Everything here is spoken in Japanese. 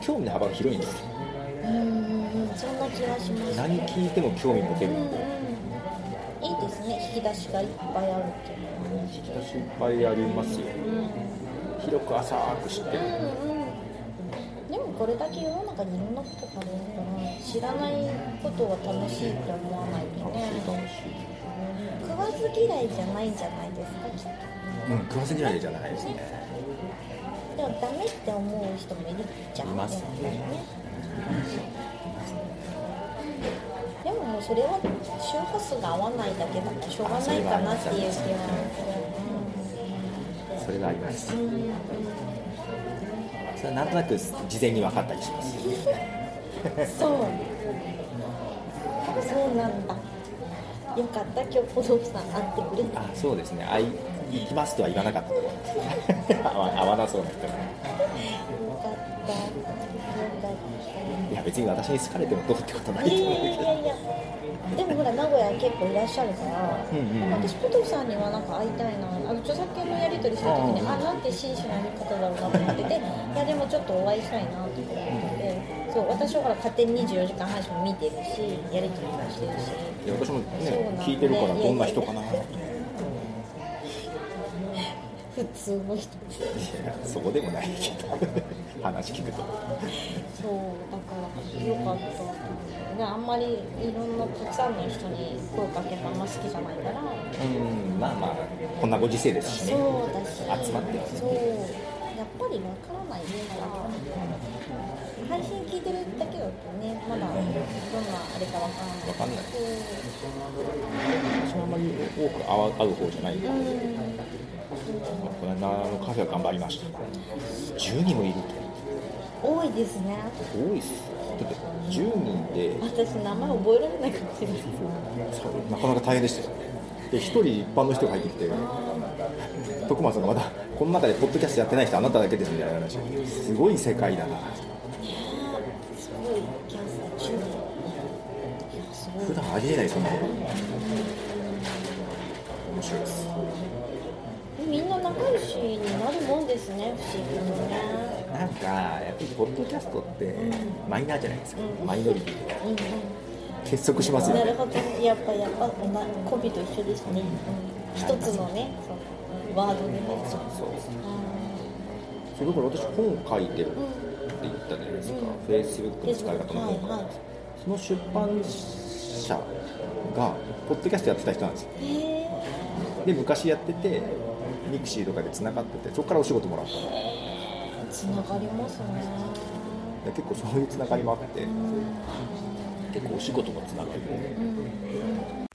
興味の幅が広いんですようんうんそんな気はします何聞いても興味持てうるんうんでいいですね引き出しがいっぱいあるっていうのは引き出しいっぱいありますよ広く浅く知ってるうんうんでもこれだけ世の中にいろんなことがあるから知らないことは楽しいって思わないと楽しねい楽し食わず嫌いじゃないんじゃないですいかきっうん食わせ嫌いじゃないですねとでもダメって思う人もいるじゃんいます世の中にねでももうそれは周波数が合わないだけだからしょうがないかなっていう気はするそれがありますうんうんそれはなんとなく事前に分かったりしますそうそうなんだよかった今日ポドフさん会ってくれてあそうですねあい行きますとは言わなかったと思います 合わ合わなそうな人がよかったよかったいや別に私に好かれてもどうってことないといやいや思ういやいやでもほら名古屋結構いらっしゃるから、うんうんなんか私ポトフさんにはなんか会いたいなあの著作権のやり取りした時にうんあなんて真摯なやり方だろうなと思ってていやでもちょっとお会いしたいなと思っててそう私はほら勝手に24時間配信も見てるしやり取りもしてるしいや私もそうねなんだ聞いてるからどんな人かなって普通のい人やそうでもないけど 話聞くとそうだからよかったねあんまりいろんなたくさんの人に声かけたあんま好きじゃないからうんまあまあこんなご時世ですしねそうだし集まってはねそうやっぱりわからないから配信聞いてるだけだとねまだどんなあれかわからないわかんないそ私もあんまり多く会う会う方じゃないからううまんあこの間のカフェは頑張りました10人もいるって多いですね多いっすよだって10人で私名前覚えられないかもしれないなかなか大変でしたよで一人一般の人が入ってきて徳間さんがまだこの中でポッドキャストやってない人あなただけですみたいな話すごい世界だなすごいキャンセル中いやすごい普段ありえないそんなこと面白いですみんな仲良しになるもんですね不思議にねなんかやっぱりポッドキャストってマイナーじゃないですかマイノリティでうんうん結束しますよなねるほどねやっぱやっぱ同じコビと一緒ですね、うん一つのねそのワードでねそうそううそれだから私本書いてるってん言ったじゃないですかうん Facebook の使い方の本はかいはいその出版社がポッドキャストやってた人なんですよへえで昔やっててミクシーとかでつながっててそこからお仕事もらったのつながりますねで結構そういうつながりもあって結構お仕事もつながりでうん